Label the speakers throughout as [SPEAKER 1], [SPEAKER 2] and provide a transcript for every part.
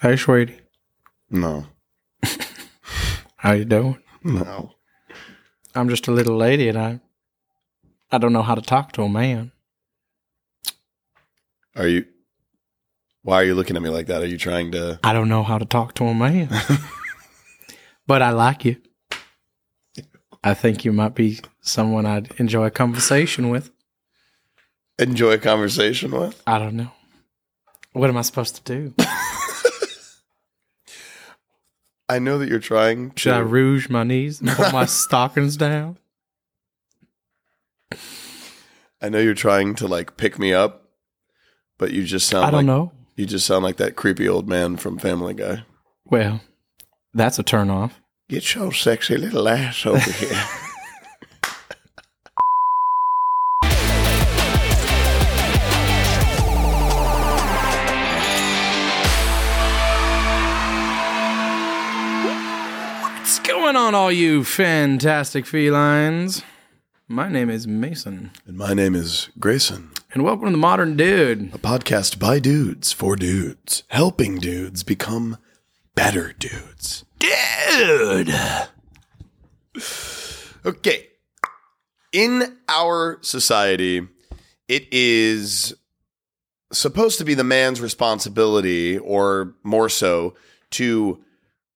[SPEAKER 1] Hey, sweetie,
[SPEAKER 2] No.
[SPEAKER 1] how you doing?
[SPEAKER 2] No.
[SPEAKER 1] I'm just a little lady, and I, I don't know how to talk to a man.
[SPEAKER 2] Are you? Why are you looking at me like that? Are you trying to?
[SPEAKER 1] I don't know how to talk to a man. but I like you. I think you might be someone I'd enjoy a conversation with.
[SPEAKER 2] enjoy a conversation with?
[SPEAKER 1] I don't know. What am I supposed to do?
[SPEAKER 2] I know that you're trying to.
[SPEAKER 1] Should I rouge my knees and put my stockings down?
[SPEAKER 2] I know you're trying to like pick me up, but you just sound
[SPEAKER 1] I don't
[SPEAKER 2] like
[SPEAKER 1] know.
[SPEAKER 2] you just sound like that creepy old man from Family Guy.
[SPEAKER 1] Well, that's a turn off.
[SPEAKER 2] Get your sexy little ass over here.
[SPEAKER 1] What's going on, all you fantastic felines? My name is Mason,
[SPEAKER 2] And my name is Grayson,
[SPEAKER 1] and welcome to the Modern Dude.
[SPEAKER 2] a podcast by dudes for dudes, helping dudes become better dudes. Dude. Okay. In our society, it is supposed to be the man's responsibility, or more so, to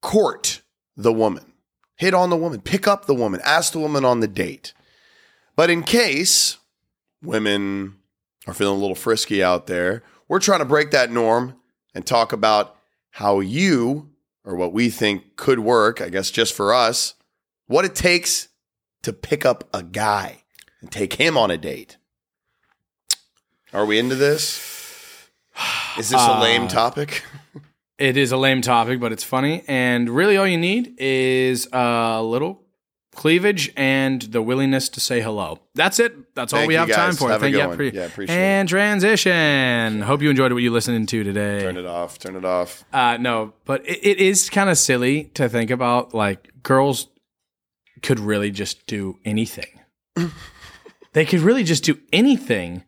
[SPEAKER 2] court the woman, hit on the woman, pick up the woman, ask the woman on the date. But in case women are feeling a little frisky out there, we're trying to break that norm and talk about how you, or what we think could work, I guess just for us, what it takes to pick up a guy and take him on a date. Are we into this? Is this a lame
[SPEAKER 1] Uh,
[SPEAKER 2] topic?
[SPEAKER 1] It is a lame topic, but it's funny. And really, all you need is a little cleavage and the willingness to say hello. That's it. That's all
[SPEAKER 2] Thank
[SPEAKER 1] we
[SPEAKER 2] you,
[SPEAKER 1] have
[SPEAKER 2] guys.
[SPEAKER 1] time for.
[SPEAKER 2] Have a
[SPEAKER 1] Thank
[SPEAKER 2] good
[SPEAKER 1] you.
[SPEAKER 2] one. Yeah, appreciate it.
[SPEAKER 1] and transition. Hope you enjoyed what you listening to today.
[SPEAKER 2] Turn it off. Turn it off.
[SPEAKER 1] Uh, no, but it, it is kind of silly to think about. Like girls could really just do anything. they could really just do anything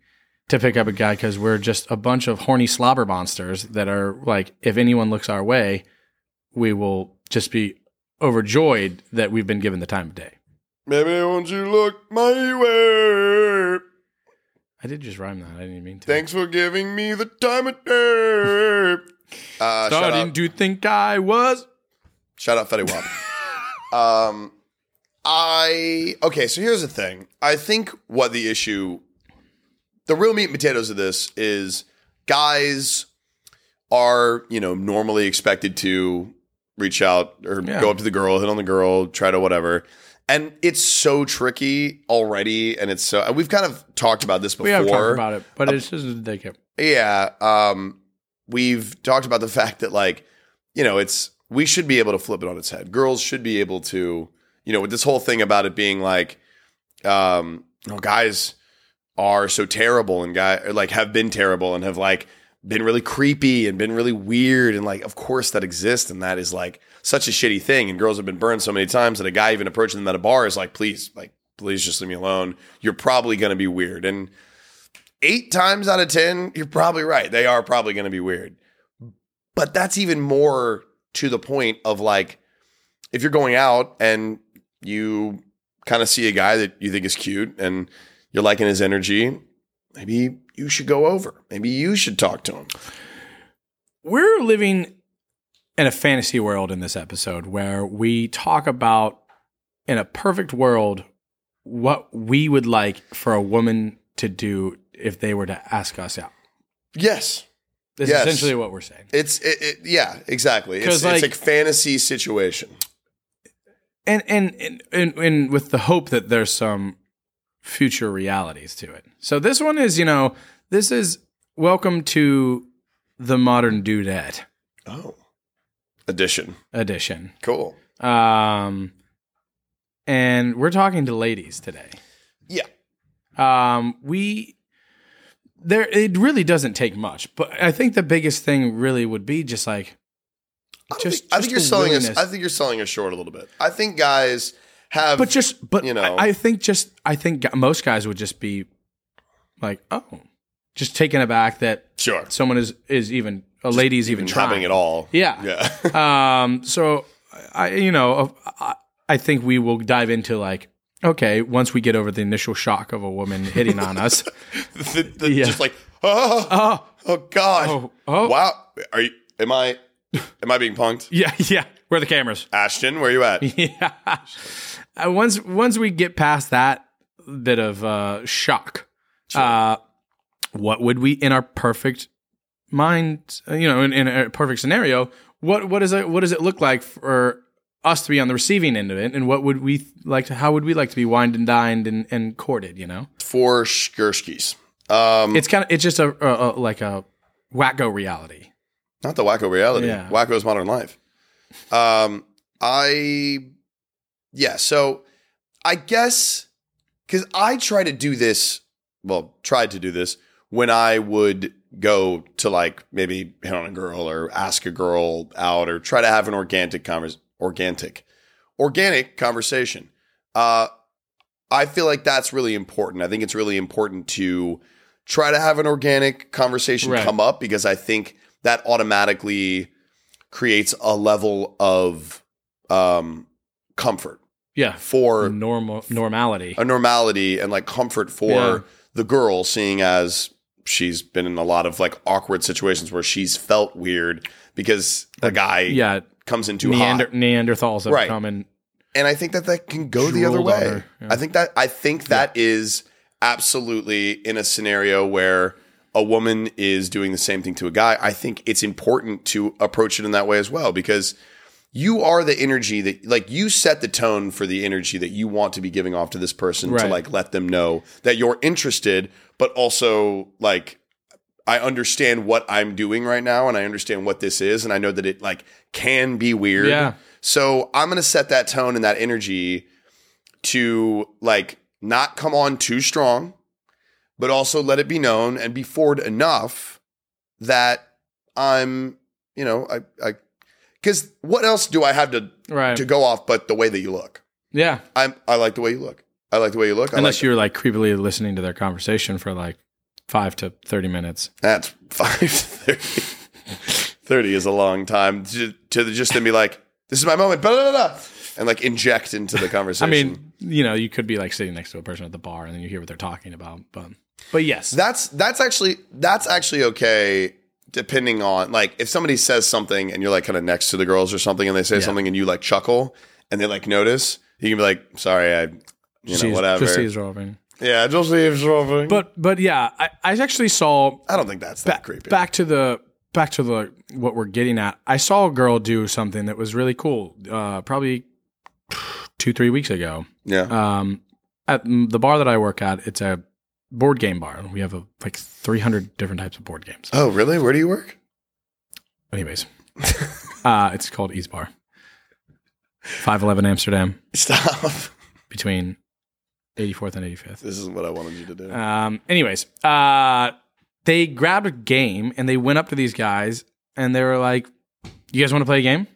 [SPEAKER 1] to pick up a guy because we're just a bunch of horny slobber monsters that are like, if anyone looks our way, we will just be overjoyed that we've been given the time of day.
[SPEAKER 2] Maybe won't you look my way?
[SPEAKER 1] I did just rhyme that. I didn't even mean to.
[SPEAKER 2] Thanks for giving me the time of day. Uh, shout,
[SPEAKER 1] Starting
[SPEAKER 2] out,
[SPEAKER 1] to think I was.
[SPEAKER 2] shout out Fetty Wap. um, I okay. So here's the thing. I think what the issue, the real meat and potatoes of this is guys are you know normally expected to reach out or
[SPEAKER 1] Yeah.
[SPEAKER 2] go up to the girl, hit on the girl, try to whatever. And it's so tricky already, and it's so. And we've kind of talked about this before.
[SPEAKER 1] We have talked about it, but it's just ridiculous.
[SPEAKER 2] Yeah. Um, we've talked about the fact that, like, you know, it's we should be able to flip it on its head. Girls should be able to, you know, with this whole thing about it being like, um, you know, guys are so terrible and guy or, like have been terrible and have like been really creepy and been really weird and like of course that exists and that is like such a shitty thing and girls have been burned so many times that a guy even approaching them at a bar is like please like please just leave me alone you're probably going to be weird and eight times out of 10, you're probably right. They are probably going to be weird. But that's even more to the point of like, if you're going out and you kind of see a guy that you think is cute and you're liking his energy, maybe you should go over. Maybe you should talk to him.
[SPEAKER 1] we're living in a fantasy world in this episode where we talk about in a perfect world what we would like for a woman to do if they were to ask us out.
[SPEAKER 2] Yes.
[SPEAKER 1] This
[SPEAKER 2] Yes.
[SPEAKER 1] is essentially what we're saying.
[SPEAKER 2] It's, it, it, yeah, exactly. It's,
[SPEAKER 1] 'Cause, like-
[SPEAKER 2] it's a fantasy situation.
[SPEAKER 1] And and, and and and with the hope that there's some future realities to it. So this one is, you know, this is welcome to the modern dudette
[SPEAKER 2] Oh. Addition.
[SPEAKER 1] edition.
[SPEAKER 2] Cool.
[SPEAKER 1] Um and we're talking to ladies today.
[SPEAKER 2] Yeah.
[SPEAKER 1] um, we there it really doesn't take much but i think the biggest thing really would be just like
[SPEAKER 2] I don't
[SPEAKER 1] Just-
[SPEAKER 2] think, I
[SPEAKER 1] just
[SPEAKER 2] think you're
[SPEAKER 1] the
[SPEAKER 2] selling us.
[SPEAKER 1] willingness.
[SPEAKER 2] I think you're selling us short a little bit. I think guys have.
[SPEAKER 1] but just but
[SPEAKER 2] You
[SPEAKER 1] you
[SPEAKER 2] know.
[SPEAKER 1] know i, I think just i think gu- most guys would just be like oh just taken aback that
[SPEAKER 2] sure.
[SPEAKER 1] someone is is even a lady's even,
[SPEAKER 2] even
[SPEAKER 1] trying
[SPEAKER 2] happening at all.
[SPEAKER 1] Yeah.
[SPEAKER 2] Yeah.
[SPEAKER 1] Um, so I, you know, uh, I, I think we will dive into like, okay, once we get over the initial shock of a woman hitting on us.
[SPEAKER 2] The- the-
[SPEAKER 1] Yeah.
[SPEAKER 2] Just like, oh, oh, God.
[SPEAKER 1] Oh, oh.
[SPEAKER 2] Wow. Are you, am I, am I being punked?
[SPEAKER 1] Yeah, yeah. Where are the cameras?
[SPEAKER 2] Ashton, where you at?
[SPEAKER 1] Yeah. Uh, once once we get past that bit of uh, shock, uh, what would we in our perfect mind, uh, you know, in, in a perfect scenario, what what is it? What does it look like for us to be on the receiving end of it, and what would we th- like? To, how would we like to be wined and dined and, and courted? You know,
[SPEAKER 2] For Skirskis. Um,
[SPEAKER 1] it's kind of it's just a, a, a like a wacko reality.
[SPEAKER 2] not the wacko reality.
[SPEAKER 1] Yeah.
[SPEAKER 2] Wacko's modern life. Um, I, yeah. So I guess because I try to do this, well, tried to do this when I would go to like maybe hit on a girl or ask a girl out or try to have an organic convers organic, organic conversation. Uh, I feel like that's really important. I think it's really important to try to have an organic conversation
[SPEAKER 1] Right.
[SPEAKER 2] come up because I think that automatically creates a level of um, comfort
[SPEAKER 1] Yeah,
[SPEAKER 2] for
[SPEAKER 1] normal normality.
[SPEAKER 2] a normality and like comfort for
[SPEAKER 1] Yeah.
[SPEAKER 2] the girl, seeing as she's been in a lot of like awkward situations where she's felt weird because the guy
[SPEAKER 1] Yeah,
[SPEAKER 2] comes in too
[SPEAKER 1] Neander-
[SPEAKER 2] hot.
[SPEAKER 1] Neanderthals have
[SPEAKER 2] Right.
[SPEAKER 1] come and
[SPEAKER 2] And I think that that can go the other
[SPEAKER 1] Drooled on
[SPEAKER 2] way.
[SPEAKER 1] her, yeah.
[SPEAKER 2] I think that I think that is absolutely in a scenario where a woman is doing the same thing to a guy. I think it's important to approach it in that way as well because you are the energy that like you set the tone for the energy that you want to be giving off to this person to
[SPEAKER 1] Right.
[SPEAKER 2] like let them know that you're interested but also like I understand what I'm doing right now and I understand what this is and I know that it like can be weird.
[SPEAKER 1] Yeah.
[SPEAKER 2] So I'm going to set that tone and that energy to like not come on too strong but also let it be known and be forward enough that I'm, you know, I I cuz what else do I have to
[SPEAKER 1] right.
[SPEAKER 2] to go off but the way that you look?
[SPEAKER 1] yeah.
[SPEAKER 2] I'm I like the way you look. I like the way you look. I
[SPEAKER 1] Unless
[SPEAKER 2] like,
[SPEAKER 1] you're like creepily listening to their conversation for like five to 30 minutes.
[SPEAKER 2] That's 530. 30 is a long time to, to just then be like, this is my moment, blah, blah, blah, blah, and like inject into the
[SPEAKER 1] I
[SPEAKER 2] conversation.
[SPEAKER 1] mean, you know, you could be like sitting next to a person at the bar and then you hear what they're talking about. But, but yes.
[SPEAKER 2] that's that's actually that's actually okay depending on like if somebody says something and you're like kind of next to the girls or something and they say something and you like chuckle and they like notice, you can be like, sorry, I you know,
[SPEAKER 1] She's-
[SPEAKER 2] whatever.
[SPEAKER 1] Christy's robbing.
[SPEAKER 2] Yeah, just leave something. But
[SPEAKER 1] But, but yeah, I, I actually saw
[SPEAKER 2] I don't think that's that creepy.
[SPEAKER 1] back to the back to the what we're getting at. I saw a girl do something that was really cool, uh, probably two three weeks ago.
[SPEAKER 2] yeah.
[SPEAKER 1] Um, at m- the bar that I work at, it's a board game bar. We have a, like 300 different types of board games.
[SPEAKER 2] oh, really? Where do you work?
[SPEAKER 1] Anyways, uh, it's called Ease Bar. 511 Amsterdam
[SPEAKER 2] Stop.
[SPEAKER 1] between 84th and 85th.
[SPEAKER 2] this isn't what I wanted you to do.
[SPEAKER 1] Um, anyways, uh, they grabbed a game and they went up to these guys and they were like, You guys want to play a game?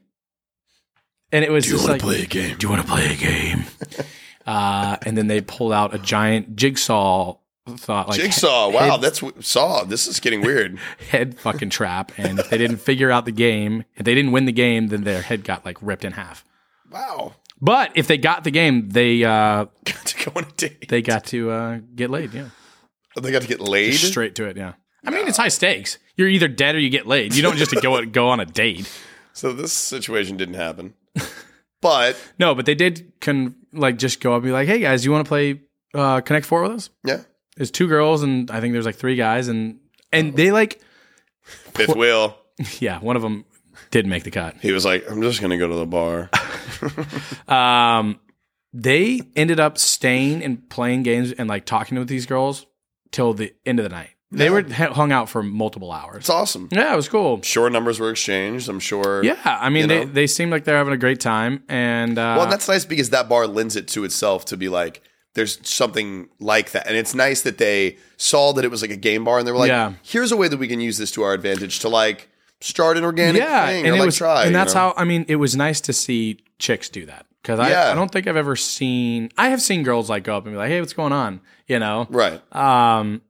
[SPEAKER 1] And it was just like,
[SPEAKER 2] a game?
[SPEAKER 1] Do you want to play a game? uh, and then they pulled out a giant jigsaw thought like
[SPEAKER 2] Jigsaw. Wow, that's w- saw. This is getting weird.
[SPEAKER 1] head fucking trap and if they didn't figure out the game if they didn't win the game then their head got like ripped in half
[SPEAKER 2] wow.
[SPEAKER 1] but if they got the game they uh
[SPEAKER 2] Got to go on a date. Oh,
[SPEAKER 1] they got to uh get laid yeah
[SPEAKER 2] They got to get laid.
[SPEAKER 1] straight to it yeah i mean it's high stakes you're either dead or you get laid you don't just go go on a date
[SPEAKER 2] So this situation didn't happen. But
[SPEAKER 1] no but they did con like just go up and be like hey guys you want to play uh connect four with us
[SPEAKER 2] yeah,
[SPEAKER 1] there's two girls and i think there's like three guys and and they like
[SPEAKER 2] fifth wheel.
[SPEAKER 1] yeah one of them did make the cut
[SPEAKER 2] He was like, "I'm just gonna go to the bar."
[SPEAKER 1] Um, they ended up staying and playing games and like talking with these girls till the end of the night. They were h- hung out for multiple hours.
[SPEAKER 2] It's awesome.
[SPEAKER 1] Yeah, it was cool.
[SPEAKER 2] Sure, numbers were exchanged. I'm sure.
[SPEAKER 1] Yeah, I mean,
[SPEAKER 2] You
[SPEAKER 1] they,
[SPEAKER 2] know?
[SPEAKER 1] they seem like they're having a great time. And uh,
[SPEAKER 2] Well, and that's nice because that bar lends it to itself to be like, there's something like that, and it's nice that they saw that it was like a game bar, and they were like,
[SPEAKER 1] Yeah.
[SPEAKER 2] "Here's a way that we can use this to our advantage to like start an organic
[SPEAKER 1] yeah,
[SPEAKER 2] thing
[SPEAKER 1] and
[SPEAKER 2] or
[SPEAKER 1] it
[SPEAKER 2] like
[SPEAKER 1] was,
[SPEAKER 2] try."
[SPEAKER 1] and
[SPEAKER 2] you
[SPEAKER 1] that's
[SPEAKER 2] know?
[SPEAKER 1] how I mean, it was nice to see chicks do that because I,
[SPEAKER 2] Yeah.
[SPEAKER 1] I don't think I've ever seen. I have seen girls like go up and be like, "Hey, what's going on?" You know, uh,
[SPEAKER 2] right.
[SPEAKER 1] Um,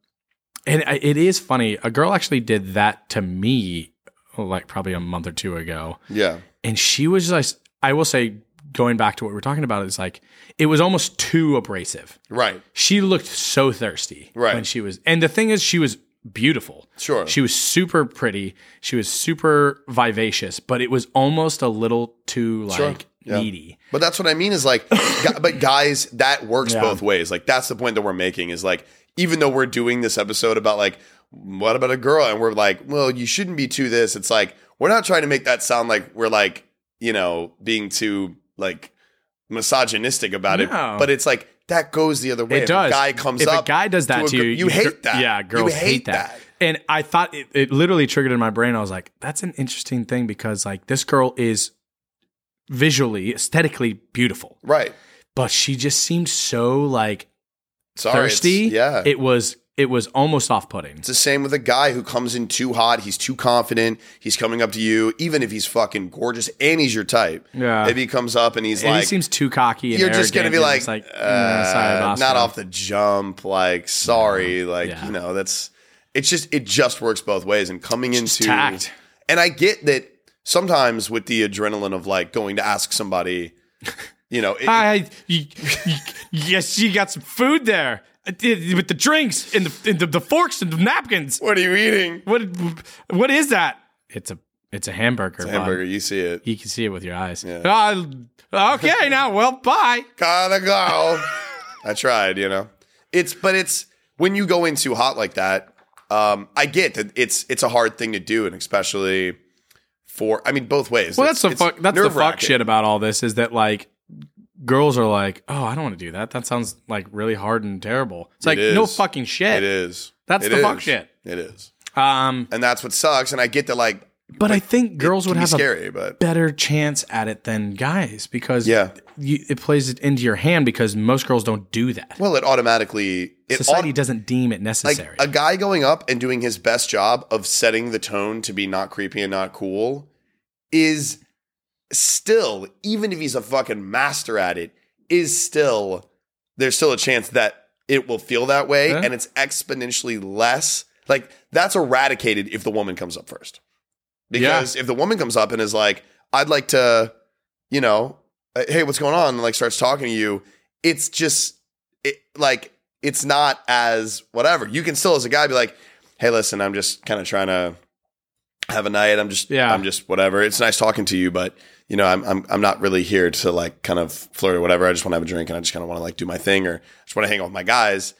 [SPEAKER 1] and I- it is funny. A girl actually did that to me like probably a month or two ago,
[SPEAKER 2] Yeah.
[SPEAKER 1] and she was like, I will say, going back to what we were talking about, is like it was almost too abrasive.
[SPEAKER 2] Right.
[SPEAKER 1] She looked so thirsty
[SPEAKER 2] Right.
[SPEAKER 1] when she was, and the thing is, she was beautiful.
[SPEAKER 2] Sure.
[SPEAKER 1] She was super pretty. She was super vivacious, but it was almost a little too like
[SPEAKER 2] Yeah.
[SPEAKER 1] needy.
[SPEAKER 2] But that's what I mean is like, gu- but guys, that works
[SPEAKER 1] Yeah.
[SPEAKER 2] both ways. Like, that's the point that we're making is like, even though we're doing this episode about like, what about a girl? And we're like, well, you shouldn't be too this. It's like, we're not trying to make that sound like we're like, you know, being too like misogynistic about it.
[SPEAKER 1] No.
[SPEAKER 2] But it's like, that goes the other way.
[SPEAKER 1] It does.
[SPEAKER 2] If a guy comes
[SPEAKER 1] if
[SPEAKER 2] up.
[SPEAKER 1] a guy does that
[SPEAKER 2] a
[SPEAKER 1] to, you,
[SPEAKER 2] gir- you hate that.
[SPEAKER 1] Yeah,
[SPEAKER 2] You
[SPEAKER 1] girls
[SPEAKER 2] hate
[SPEAKER 1] that.
[SPEAKER 2] that.
[SPEAKER 1] And I thought it, it literally triggered in my brain. I was like, that's an interesting thing because like this girl is visually, aesthetically beautiful,
[SPEAKER 2] Right.
[SPEAKER 1] but she just seemed so like
[SPEAKER 2] Sorry. it's-
[SPEAKER 1] thirsty.
[SPEAKER 2] yeah.
[SPEAKER 1] it was it was almost off putting.
[SPEAKER 2] It's the same with a guy who comes in too hot. He's too confident. He's coming up to you, even if he's fucking gorgeous and he's your type.
[SPEAKER 1] Yeah.
[SPEAKER 2] If he comes up and he's
[SPEAKER 1] And
[SPEAKER 2] like,
[SPEAKER 1] he seems too cocky. And
[SPEAKER 2] you're just gonna
[SPEAKER 1] going to
[SPEAKER 2] be like,
[SPEAKER 1] like mm,
[SPEAKER 2] uh,
[SPEAKER 1] sorry, boss,
[SPEAKER 2] not
[SPEAKER 1] man.
[SPEAKER 2] off the jump. Like, sorry. Like,
[SPEAKER 1] Yeah.
[SPEAKER 2] you know, that's. It's just it just works both ways. And coming into
[SPEAKER 1] tact.
[SPEAKER 2] and I get that sometimes with the adrenaline of like going to ask somebody, you know, it,
[SPEAKER 1] I, you, you- yes, you got some food there I did- with the drinks and the, and the, the forks and the napkins.
[SPEAKER 2] what are you eating?
[SPEAKER 1] What what is that? It's a it's a hamburger. bud.
[SPEAKER 2] Hamburger, you see it.
[SPEAKER 1] You can see it with your eyes.
[SPEAKER 2] Yeah.
[SPEAKER 1] Ah, okay, now well, bye.
[SPEAKER 2] gotta go. I tried, you know. It's but it's when you go in too hot like that. Um, I get that it's it's a hard thing to do, and especially for I mean both ways.
[SPEAKER 1] Well, that's
[SPEAKER 2] It's-
[SPEAKER 1] the
[SPEAKER 2] it's
[SPEAKER 1] fuck. That's the fuck
[SPEAKER 2] nerve-wracking.
[SPEAKER 1] shit about all this is that like girls are like, oh, I don't want to do that. That sounds like really hard and terrible. It's like no
[SPEAKER 2] is.
[SPEAKER 1] fucking
[SPEAKER 2] It
[SPEAKER 1] shit.
[SPEAKER 2] is.
[SPEAKER 1] That's
[SPEAKER 2] It
[SPEAKER 1] the fuck
[SPEAKER 2] is.
[SPEAKER 1] shit.
[SPEAKER 2] It is,
[SPEAKER 1] Um,
[SPEAKER 2] and that's what sucks. And I get that like
[SPEAKER 1] but I think girls
[SPEAKER 2] it
[SPEAKER 1] would
[SPEAKER 2] can be
[SPEAKER 1] have a
[SPEAKER 2] scary, but
[SPEAKER 1] better chance at it than guys because
[SPEAKER 2] Yeah.
[SPEAKER 1] you, it plays it into your hand because most girls don't do that.
[SPEAKER 2] well, it automatically it uh,
[SPEAKER 1] Society
[SPEAKER 2] aut-
[SPEAKER 1] doesn't deem it necessary.
[SPEAKER 2] a guy going up and doing his best job of setting the tone to be not creepy and not cool is still even if he's a fucking master at it is still there's still a chance that it will feel that way
[SPEAKER 1] Yeah.
[SPEAKER 2] and it's exponentially less like that's eradicated if the woman comes up first because if the woman comes up and is like i'd like to you know uh, hey what's going on and like starts talking to you it's just it, like it's not as whatever. You can still as a guy be like, "Hey, listen, I'm just kind of trying to have a night. I'm just
[SPEAKER 1] Yeah.
[SPEAKER 2] I'm just whatever. It's nice talking to you, but you know, I'm I'm I'm not really here to like kind of flirt or whatever. I just want to have a drink and I just kind of want to like do my thing or I just want to hang out with my guys."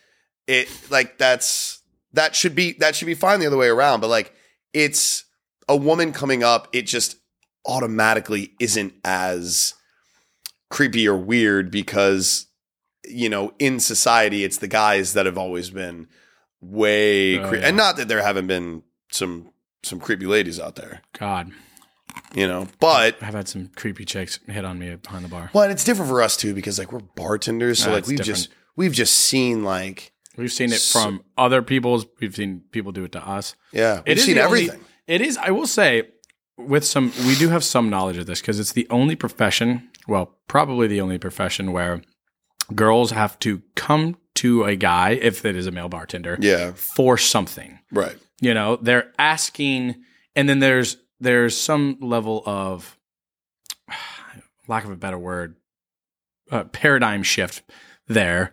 [SPEAKER 2] It like that's that should be that should be fine the other way around, but like it's a woman coming up, it just automatically isn't as creepy or weird because you know in society it's the guys that have always been way
[SPEAKER 1] Oh,
[SPEAKER 2] cre-
[SPEAKER 1] yeah.
[SPEAKER 2] and not that there haven't been some some creepy ladies out there
[SPEAKER 1] God,
[SPEAKER 2] you know but
[SPEAKER 1] I've had some creepy chicks hit on me behind the bar.
[SPEAKER 2] well and it's different for us too because like we're bartenders so
[SPEAKER 1] Ah,
[SPEAKER 2] like
[SPEAKER 1] it's
[SPEAKER 2] we've just we've just seen like
[SPEAKER 1] We've seen it
[SPEAKER 2] So-
[SPEAKER 1] from other people's. We've seen people do it to us.
[SPEAKER 2] yeah we've
[SPEAKER 1] It is
[SPEAKER 2] seen
[SPEAKER 1] the only-
[SPEAKER 2] everything
[SPEAKER 1] it is. I will say, with some, we do have some knowledge of this because it's the only profession. Well, probably the only profession where girls have to come to a guy if it is a male bartender
[SPEAKER 2] yeah
[SPEAKER 1] for something.
[SPEAKER 2] right
[SPEAKER 1] you know they're asking and then there's there's some level of lack of a better word uh, paradigm shift there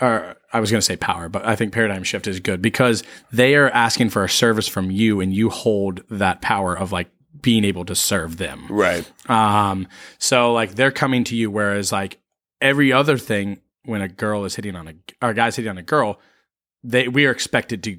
[SPEAKER 1] or i was going to say power but i think paradigm shift is good because they are asking for a service from you and you hold that power of like being able to serve them
[SPEAKER 2] right
[SPEAKER 1] um, so like they're coming to you, whereas like every other thing, when a girl is hitting on a or a guy's hitting on a girl, they we are expected to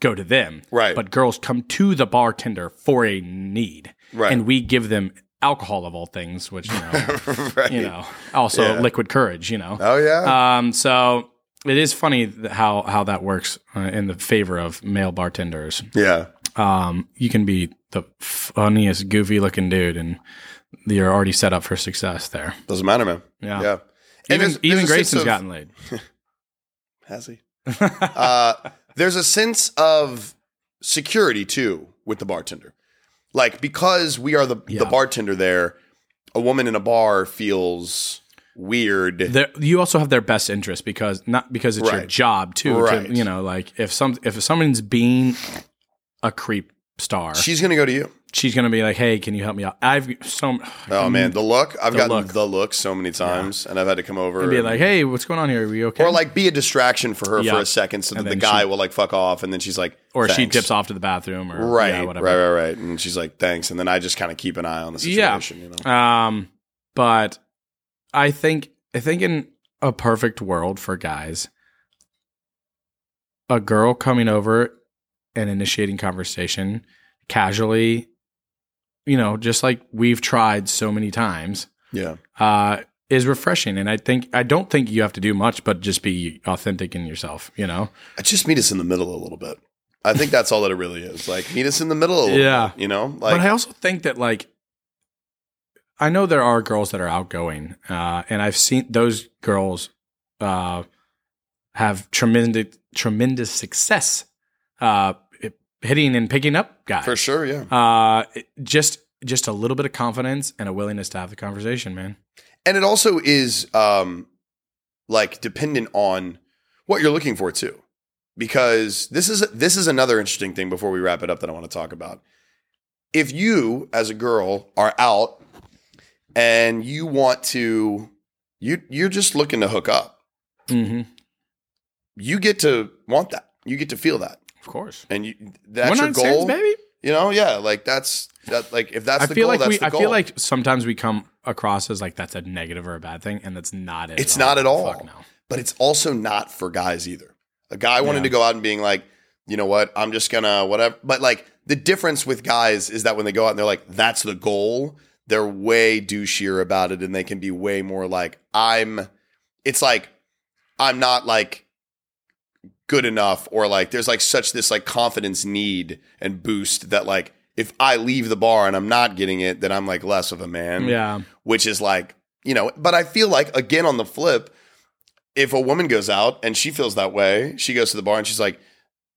[SPEAKER 1] go to them,
[SPEAKER 2] Right.
[SPEAKER 1] But girls come to the bartender for a need,
[SPEAKER 2] Right.
[SPEAKER 1] And we give them alcohol of all things, which you know,
[SPEAKER 2] right
[SPEAKER 1] you know, also
[SPEAKER 2] Yeah.
[SPEAKER 1] liquid courage, you know.
[SPEAKER 2] oh yeah
[SPEAKER 1] Um, so it is funny th- how how that works uh, in the favor of male bartenders
[SPEAKER 2] yeah
[SPEAKER 1] um, you can be the funniest, goofy looking dude, and you're already set up for success there.
[SPEAKER 2] doesn't matter man
[SPEAKER 1] Yeah.
[SPEAKER 2] yeah,
[SPEAKER 1] Even,
[SPEAKER 2] there's-
[SPEAKER 1] even
[SPEAKER 2] there's a sense
[SPEAKER 1] Grayson's
[SPEAKER 2] of-
[SPEAKER 1] gotten laid.
[SPEAKER 2] has he uh, there's a sense of security too with the bartender. Like because we are the
[SPEAKER 1] Yeah.
[SPEAKER 2] the bartender there, a woman in a bar feels weird.
[SPEAKER 1] They're- you also have their best interest because not because it's your
[SPEAKER 2] Right.
[SPEAKER 1] job too. to-
[SPEAKER 2] Right.
[SPEAKER 1] you know, like if some if someone's being a creep star,
[SPEAKER 2] She's gonna go to you.
[SPEAKER 1] she's gonna be like, "Hey, can you help me out?" I've so
[SPEAKER 2] Oh man, the look.
[SPEAKER 1] Mm-hmm.
[SPEAKER 2] I've
[SPEAKER 1] The
[SPEAKER 2] gotten
[SPEAKER 1] look.
[SPEAKER 2] the look so many times, and I've had to come over
[SPEAKER 1] be
[SPEAKER 2] and-
[SPEAKER 1] like, "Hey, what's going on here? Are we okay?"
[SPEAKER 2] or like be a distraction for her
[SPEAKER 1] Yeah.
[SPEAKER 2] for a second, so that
[SPEAKER 1] And
[SPEAKER 2] the
[SPEAKER 1] then
[SPEAKER 2] guy
[SPEAKER 1] she-
[SPEAKER 2] will like fuck off, and then she's like,
[SPEAKER 1] or she
[SPEAKER 2] "Thanks."
[SPEAKER 1] dips off to the bathroom, or
[SPEAKER 2] Right,
[SPEAKER 1] yeah, whatever.
[SPEAKER 2] right, right, right, and she's like, "Thanks," and then I just kind of keep an eye on the
[SPEAKER 1] Yeah.
[SPEAKER 2] situation. You know,
[SPEAKER 1] Um, but I think I think in a perfect world for guys, a girl coming over and initiating conversation casually, you know, just like we've tried so many times,
[SPEAKER 2] yeah,
[SPEAKER 1] uh, is refreshing. And I think I don't think you have to do much, but just be authentic in yourself. You know,
[SPEAKER 2] just meet us in the middle a little bit. I think that's all that it really is. Like, meet us in the middle. A little
[SPEAKER 1] Yeah.
[SPEAKER 2] bit, you know, like
[SPEAKER 1] but I also think that like I know there are girls that are outgoing, uh, and I've seen those girls uh, have tremendous tremendous success uh, hitting and picking up guys.
[SPEAKER 2] for sure, yeah.
[SPEAKER 1] Uh, it- just just a little bit of confidence and a willingness to have the conversation, man.
[SPEAKER 2] and it also is um like dependent on what you're looking for too because this is this is another interesting thing before we wrap it up that I want to talk about if you as a girl are out and you want to you you're just looking to hook up
[SPEAKER 1] Mm-hmm.
[SPEAKER 2] you get to want that you get to feel that
[SPEAKER 1] Of course,
[SPEAKER 2] and you that's
[SPEAKER 1] We're
[SPEAKER 2] your
[SPEAKER 1] not serious,
[SPEAKER 2] goal
[SPEAKER 1] baby.
[SPEAKER 2] you know yeah like that's that like if that's
[SPEAKER 1] I
[SPEAKER 2] the
[SPEAKER 1] feel
[SPEAKER 2] goal
[SPEAKER 1] like
[SPEAKER 2] that's
[SPEAKER 1] we.
[SPEAKER 2] the
[SPEAKER 1] I
[SPEAKER 2] goal
[SPEAKER 1] feel like sometimes we come across as like that's a negative or a bad thing, and that's not it.
[SPEAKER 2] It's not at all.
[SPEAKER 1] Fuck no.
[SPEAKER 2] but it's also not for guys either. A guy wanted
[SPEAKER 1] Yeah.
[SPEAKER 2] to go out and being like, you know what, I'm just gonna whatever. But like the difference with guys is that when they go out and they're like, that's the goal, they're way douchier about it and they can be way more like, I'm it's like I'm not like good enough or like there's like such this like confidence need and boost that like if I leave the bar and I'm not getting it, then I'm like less of a man
[SPEAKER 1] Yeah.
[SPEAKER 2] which is like, you know, but I feel like, again, on the flip, if a woman goes out and she feels that way, she goes to the bar and she's like,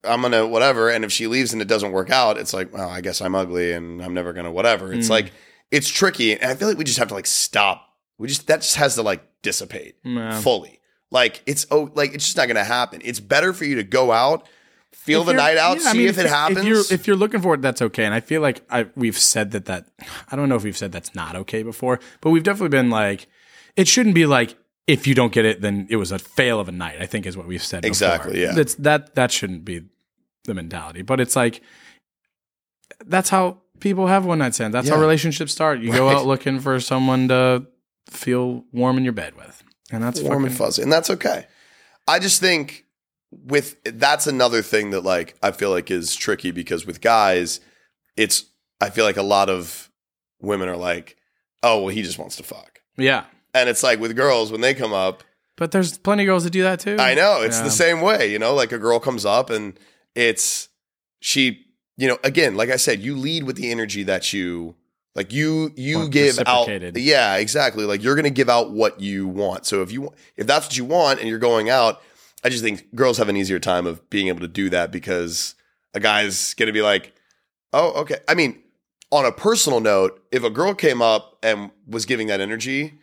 [SPEAKER 2] I'm going to whatever. And if she leaves and it doesn't work out, it's like, well, I guess I'm ugly and I'm never going to whatever. It's
[SPEAKER 1] Mm.
[SPEAKER 2] like, it's tricky. And I feel like we just have to like stop. We just, that just has to like dissipate
[SPEAKER 1] Yeah.
[SPEAKER 2] fully. Like, it's, oh, like, it's just not going to happen. It's better for you to go out, feel
[SPEAKER 1] If
[SPEAKER 2] the
[SPEAKER 1] you're-
[SPEAKER 2] night out,
[SPEAKER 1] yeah,
[SPEAKER 2] see
[SPEAKER 1] I mean,
[SPEAKER 2] if it happens.
[SPEAKER 1] If you're, if you're looking for it, that's okay. And I feel like I, we've said that that I don't know if we've said that's not okay before, but we've definitely been like, it shouldn't be like if you don't get it, then it was a fail of a night. I think is what we've said. before.
[SPEAKER 2] Exactly, yeah.
[SPEAKER 1] That's that that shouldn't be the mentality, but it's like that's how people have one night stands. That's how
[SPEAKER 2] Yeah.
[SPEAKER 1] relationships start. You go
[SPEAKER 2] Right.
[SPEAKER 1] out looking for someone to feel warm in your bed with, and that's
[SPEAKER 2] warm
[SPEAKER 1] fucking
[SPEAKER 2] and fuzzy, and that's okay. I just think with that's another thing that like I feel like is tricky because with guys, it's I feel like a lot of women are like, oh well, he just wants to fuck,
[SPEAKER 1] yeah.
[SPEAKER 2] and it's like with girls when they come up,
[SPEAKER 1] But there's plenty of girls that do that too.
[SPEAKER 2] I know it's
[SPEAKER 1] Yeah.
[SPEAKER 2] the same way, you know, like a girl comes up and it's she, you know, again, like I said, you lead with the energy that you like you you
[SPEAKER 1] Want
[SPEAKER 2] give out
[SPEAKER 1] reciprocated.
[SPEAKER 2] yeah exactly like you're gonna give out what you want so if you if that's what you want and you're going out i just think girls have an easier time of being able to do that because a guy's gonna be like oh okay i mean on a personal note if a girl came up and was giving that energy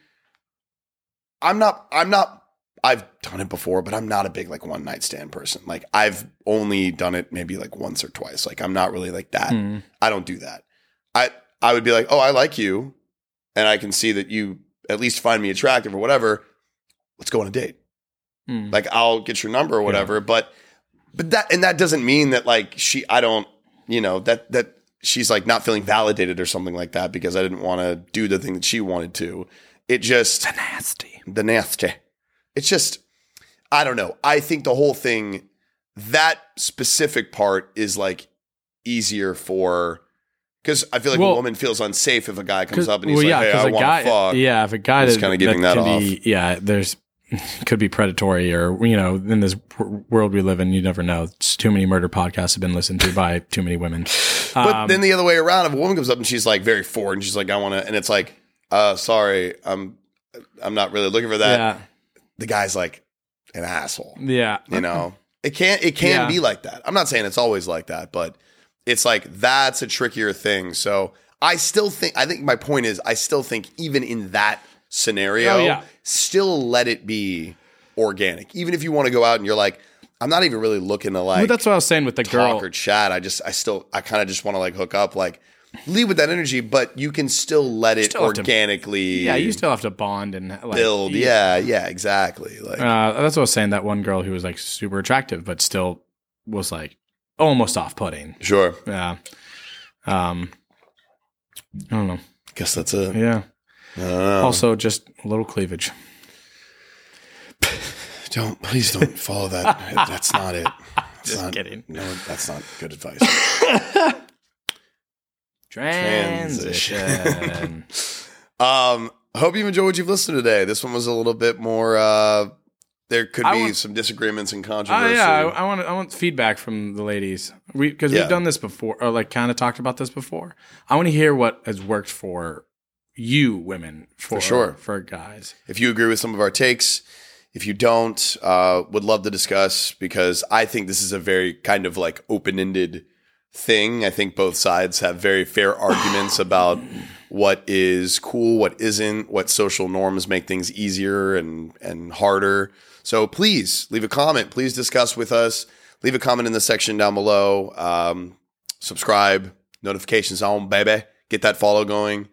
[SPEAKER 2] i'm not i'm not i've done it before but i'm not a big like one night stand person like i've only done it maybe like once or twice like i'm not really like that
[SPEAKER 1] Mm.
[SPEAKER 2] I don't do that. I I would be like, oh, I like you, and I can see that you at least find me attractive or whatever. Let's go on a date.
[SPEAKER 1] Mm.
[SPEAKER 2] Like I'll get your number or whatever. But but that and that doesn't mean that like she I don't you know that that she's like not feeling validated or something like that because I didn't want to do the thing that she wanted to. It just
[SPEAKER 1] nasty.
[SPEAKER 2] the nasty. It's just, I don't know. I think the whole thing, that specific part is like easier for, because I feel like a
[SPEAKER 1] Well-
[SPEAKER 2] woman feels unsafe if a guy
[SPEAKER 1] 'Cause-
[SPEAKER 2] comes up and he's like, hey,
[SPEAKER 1] 'cause
[SPEAKER 2] I
[SPEAKER 1] a
[SPEAKER 2] want
[SPEAKER 1] guy,
[SPEAKER 2] to fuck.
[SPEAKER 1] Yeah, if a guy that,
[SPEAKER 2] Just kinda giving that
[SPEAKER 1] can be, yeah, there's could be predatory or you know, in this w- world we live in, you never know. It's too many murder podcasts have been listened to by too many women.
[SPEAKER 2] But
[SPEAKER 1] Um,
[SPEAKER 2] then the other way around, if a woman comes up and she's like very forward and she's like, I want to, and it's like, uh, sorry, I'm, I'm not really looking for that.
[SPEAKER 1] yeah,
[SPEAKER 2] The guy's like an asshole.
[SPEAKER 1] yeah,
[SPEAKER 2] you know it can't it can
[SPEAKER 1] Mm-hmm. Yeah.
[SPEAKER 2] be like that i'm not saying it's always like that but it's like that's a trickier thing so i still think i think my point is i still think even in that scenario
[SPEAKER 1] Oh, yeah.
[SPEAKER 2] still let it be organic even if you want to go out and you're like i'm not even really looking to like
[SPEAKER 1] but that's what I was saying with the
[SPEAKER 2] talk
[SPEAKER 1] girl.
[SPEAKER 2] or chat i just i still i kind of just want to like hook up like lead with that energy, but you can still let it
[SPEAKER 1] Still have to-
[SPEAKER 2] organically
[SPEAKER 1] Yeah, you still have to bond and like,
[SPEAKER 2] build.
[SPEAKER 1] you-
[SPEAKER 2] yeah, yeah, exactly. Like
[SPEAKER 1] Uh, that's what I was saying. That one girl who was like super attractive, but still was like almost off putting.
[SPEAKER 2] sure.
[SPEAKER 1] Yeah. Um, I don't know.
[SPEAKER 2] Guess that's it.
[SPEAKER 1] Yeah.
[SPEAKER 2] I don't know.
[SPEAKER 1] Also, just a little cleavage.
[SPEAKER 2] Don't please don't follow that. That's not it. That's
[SPEAKER 1] Just
[SPEAKER 2] not,
[SPEAKER 1] kidding.
[SPEAKER 2] No, that's not good advice. Transition.
[SPEAKER 1] Transition.
[SPEAKER 2] um, hope you enjoyed what you've listened to today. This one was a little bit more. uh There could
[SPEAKER 1] I
[SPEAKER 2] be
[SPEAKER 1] want-
[SPEAKER 2] some disagreements and
[SPEAKER 1] Oh
[SPEAKER 2] controversy.
[SPEAKER 1] yeah, I, I want I want feedback from the ladies. We because
[SPEAKER 2] Yeah.
[SPEAKER 1] we've done this before, or like kind of talked about this before. I want to hear what has worked for you women for,
[SPEAKER 2] sure.
[SPEAKER 1] for guys.
[SPEAKER 2] If you agree with some of our takes, if you don't, uh, would love to discuss because I think this is a very kind of like open ended thing. I think both sides have very fair arguments about what is cool, what isn't, what social norms make things easier and and harder. So please leave a comment. Please discuss with us. Leave a comment in the section down below. Um, subscribe, notifications on, baby. Get that follow going.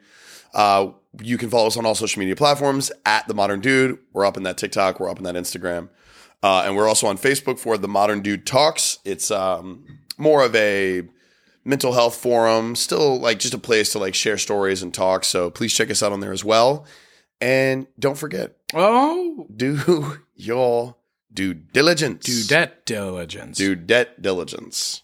[SPEAKER 2] Uh, you can follow us on all social media platforms at The Modern Dude. We're up in that TikTok, we're up in that Instagram. Uh, and we're also on Facebook for The Modern Dude Talks. It's um, more of a mental health forum, still like just a place to like share stories and talk. So please check us out on there as well. And don't forget,
[SPEAKER 1] Oh,
[SPEAKER 2] do your due diligence.
[SPEAKER 1] do debt diligence.
[SPEAKER 2] Do debt diligence.